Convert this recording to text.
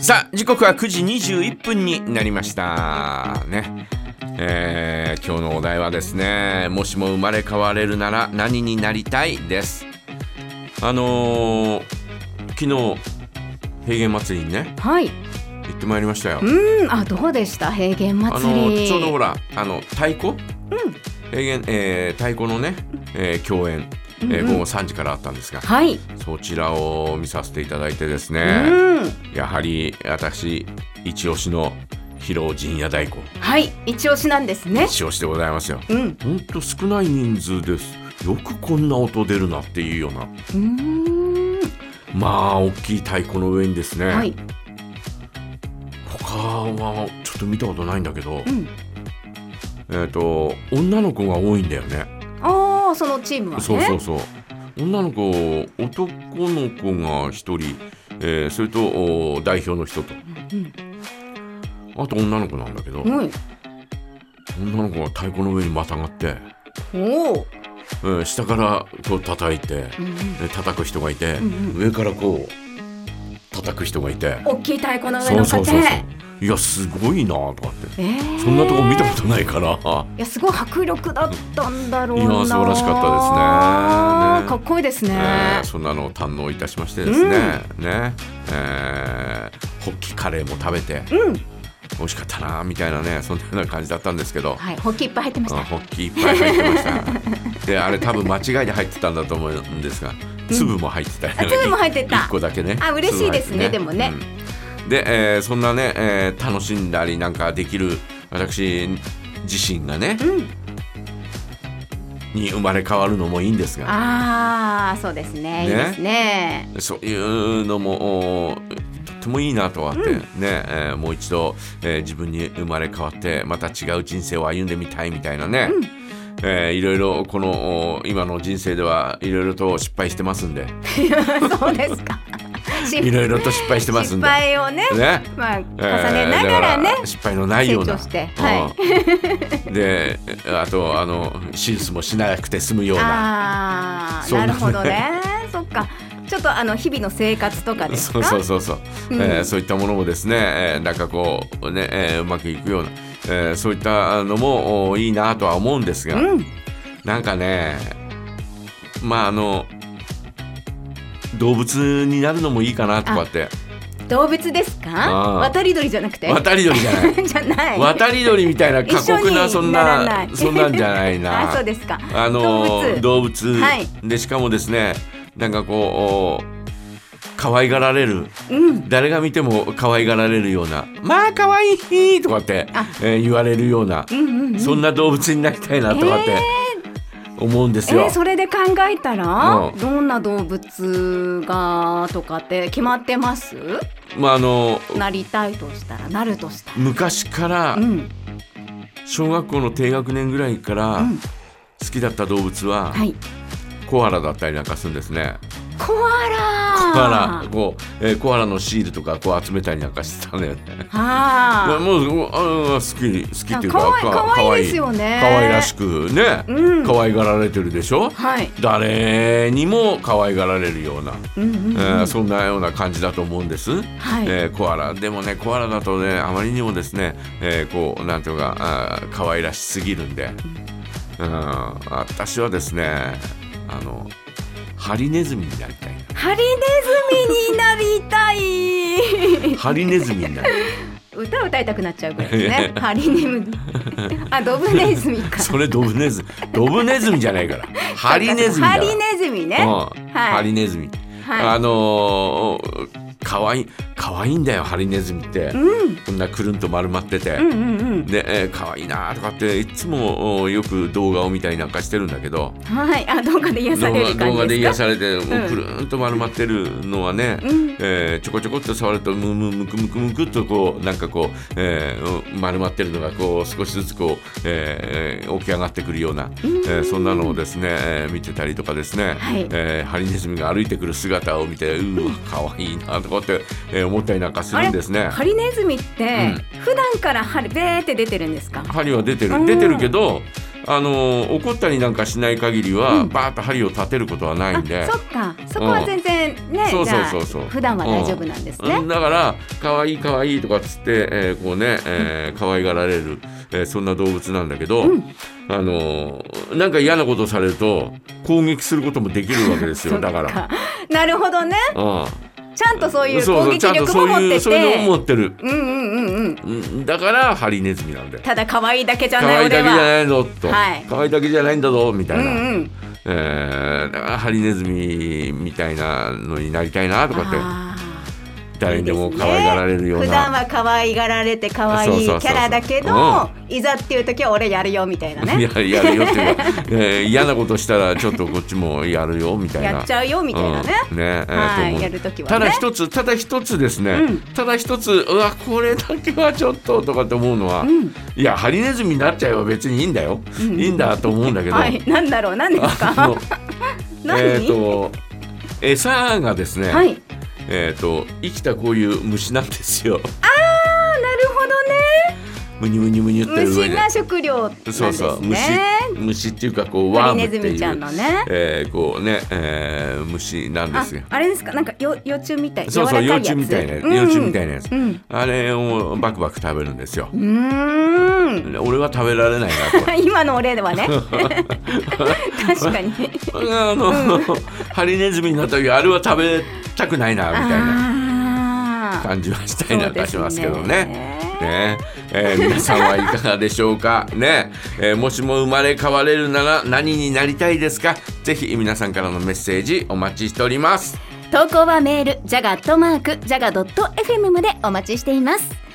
さあ時刻は9時21分になりましたねえー今日のお題はですねもしも生まれ変われるなら何になりたいですあのー昨日平原祭りにねはい。行ってまいりましたようん、あ、どうでした平原あ祭のり。ちょうどほらあの太鼓、平原えー太鼓のね、えー共演、えーうんうん午後3時からあったんですが、はい。そちらを見させていただいてですうね、ん。やはり私一押しの広陣屋太鼓はい。一押しなんですね。一押しでございますようん。ほんと少ない人数ですよくこんな音出るなっていうようなうーん。まあ大きい太鼓の上にですね、はい。他はちょっと見たことないんだけど、うん。えっ、と女の子が多いんだよねああ、そのチームはね。そうそうそう女の子男の子が1人、えーそれとお代表の人とうん。あと女の子なんだけど、うん。女の子が太鼓の上にまたがって、おお。えー下からこう叩いて、うんうん。えー叩く人がいて、うん上からこう叩く人がいて大きい太鼓の上そのう方そうそうそういやすごいなとかってえーそんなとこ見たことないから、いやすごい迫力だったんだろうな。いや素晴らしかったですねねかっこいいですね。えーそんなのを堪能いたしましてですね、ね、えーホッキカレーも食べて、うん。美味しかったなみたいなねそんなような感じだったんですけど、はい。ホッキいっぱい入ってましあた。ホッキいっぱい入ってましたであれ多分間違いで入ってたんだと思うんですが粒も入ってたりあ、粒も入ってた1。個だけねあ嬉しいですね粒も入ってでもねうんで、えーそんなね、えー楽しんだりなんかできる私自身がね、うん。に生まれ変わるのもいいんですがああ、そうですね。いいねですね。そういうのもおーとってもいいなとはって、ね、えーもう一度、えー自分に生まれ変わってまた違う人生を歩んでみたいみたいなね、えーいろいろこのおー今の人生ではいろいろと失敗してますんでそうですか。失 いろいろと失敗してますん失で。敗をね、ねまあ重えーねながらねだか。失敗のないような成長してはうんであとあの手術もしなくて済むようなああ、そうななんるだほどね。 そっか。ちょっとあの日々の生活とかですそか。うそうそうそう、うんえーそういったものもですね、えーなんかこうね、えーうまくいくような、えーそういったのもおいいなとは思うんですが、うん。なんかねまああの動物になるのもいいかなとかって動物ですか。あー渡り鳥じゃなくて。渡り鳥じゃない じゃない。渡り鳥みたいな過酷な一緒そにんならなないそんなんじゃないな。 あ、そうですか。あのー動動物はいでしかもですねなんかこうお可愛がられるうん。誰が見ても可愛がられるような「まあ可愛い!」とかってあ、えー言われるような、うんうんうん。そんな動物になりたいなとかって思うんでえすよ。ーそれで考えたら、うんどんな動物がとかって決まってますまああのなりたいとしたらなるとした昔かららうん小学校の低学年ぐらいからうん好きだった動物ははいコアラだったりなんかするんですね。コアラコアラこう、えーコアラのシールとかこう集めたりなんかしてたんだよね。いやあもうもうあー好き好きっていうかかわいかわいいですよね可愛らしくね、うん可愛がられてるでしょあ。はい誰にも可愛がられるような、うんうんうんえーそんなような感じだと思うんです。はい、えーコアラでもねコアラだとねあまりにもですね、えーこうなんていうかあー可愛らしすぎるんで、うん、私はですねあのハリネズミになりたいなハリネズミになりたい ハリネズミになりたい歌を歌いたくなっちゃうぐらいですねハリネズミあドブネズミかそれドブネズミドブネズミじゃないからハリネズミだかハら リネズミねうんはいハリネズミ、はあのー、かわいいかわいいんだよハリネズミって、いうんこんなくるんと丸まってて、うんうんうんで、えー、かわいいなーとかっていつもおよく動画を見たりなんかしてるんだけどはいあ動画で癒動される画動画感でじ癒ですかされてもううんくるんと丸まってるのはね、うんえーちょこちょこっと触るとむむむくむくむくっとこうなんかこう、えー丸まってるのがこう少しずつこう、えー起き上がってくるような、えーそんなのをですね、えー見てたりとかですね、はいえーハリネズミが歩いてくる姿を見てうわかわいいなとかって、えー思ったりなんかするんですね。ハリネズミって、普段からハリベーって出てるんですか。針は出てうるん出てるけど、あのー怒ったりなんかしない限りは、バーッと針を立てることはないんであそっかそこは全然ね、そうじそうゃあそうそう普段は大丈夫なんですね、うんだから可愛い可愛いとかっつって、えーこうね、えー可愛がられる、えーそんな動物なんだけど、うんあのーなんか嫌なことされると攻撃することもできるわけです そよっだから。なるほどねうんちゃんとそういうそう攻そうちゃ撃んと力そもう持っいてうそういうてのを持ってる、うんうんうんうんうん、だからハリネズミなんだよ。ただ可愛いだけじゃ可な愛いいだ俺けじゃはないぞと、はい可愛いだけじゃないんだぞみたういな、んうんえーだからハリネズミみたいなのになりたいなとかってあ誰にでもいいです可ね愛がられるーよう普段なは可愛がられて可愛いキそうそうそうそうャラだけどいざっていう時は俺やるよみたい なねややるよっていう か、えー嫌なことしたらちょっとこっちもやるよみたいな。やっちゃうよみたいなね、うんねえーはと思いうやる時はたねだ一つただ一つですね、うんただ一つうわこれだけはちょっととかって思うのは、んいやハリネズミになっちゃえば別にいいんだよ、うんいいんだと思うんだけど、はいなんだろう何ですあかの 何、えーと餌がですね、はいえー、と生きたこういう虫なんですよ。あなるほどねむにむにむにって上虫で。が食料なんですそねうそう虫虫っていうかこうハワームリネってズいミちゃうんのねえーこうね、えー虫なんですよあ。あれですかなんかよ幼虫みたいそうそう柔幼らか虫いやつみたいなうん幼虫みたいなやつうんあれをバクバク食べるんですよう。ーん。で俺は食べられないなと今のお例で はね確かに あの、ハリネズミになった時あれは食べたくないなみたいなあー感じはしたいなそうで出すしねますけどね。ねえー皆さんはいかがでしょうかね、えーもしも生まれ変われるなら何になりたいですかぜひ皆さんからのメッセージお待ちしております投稿はメールジャガットマークジャガドット FM までお待ちしています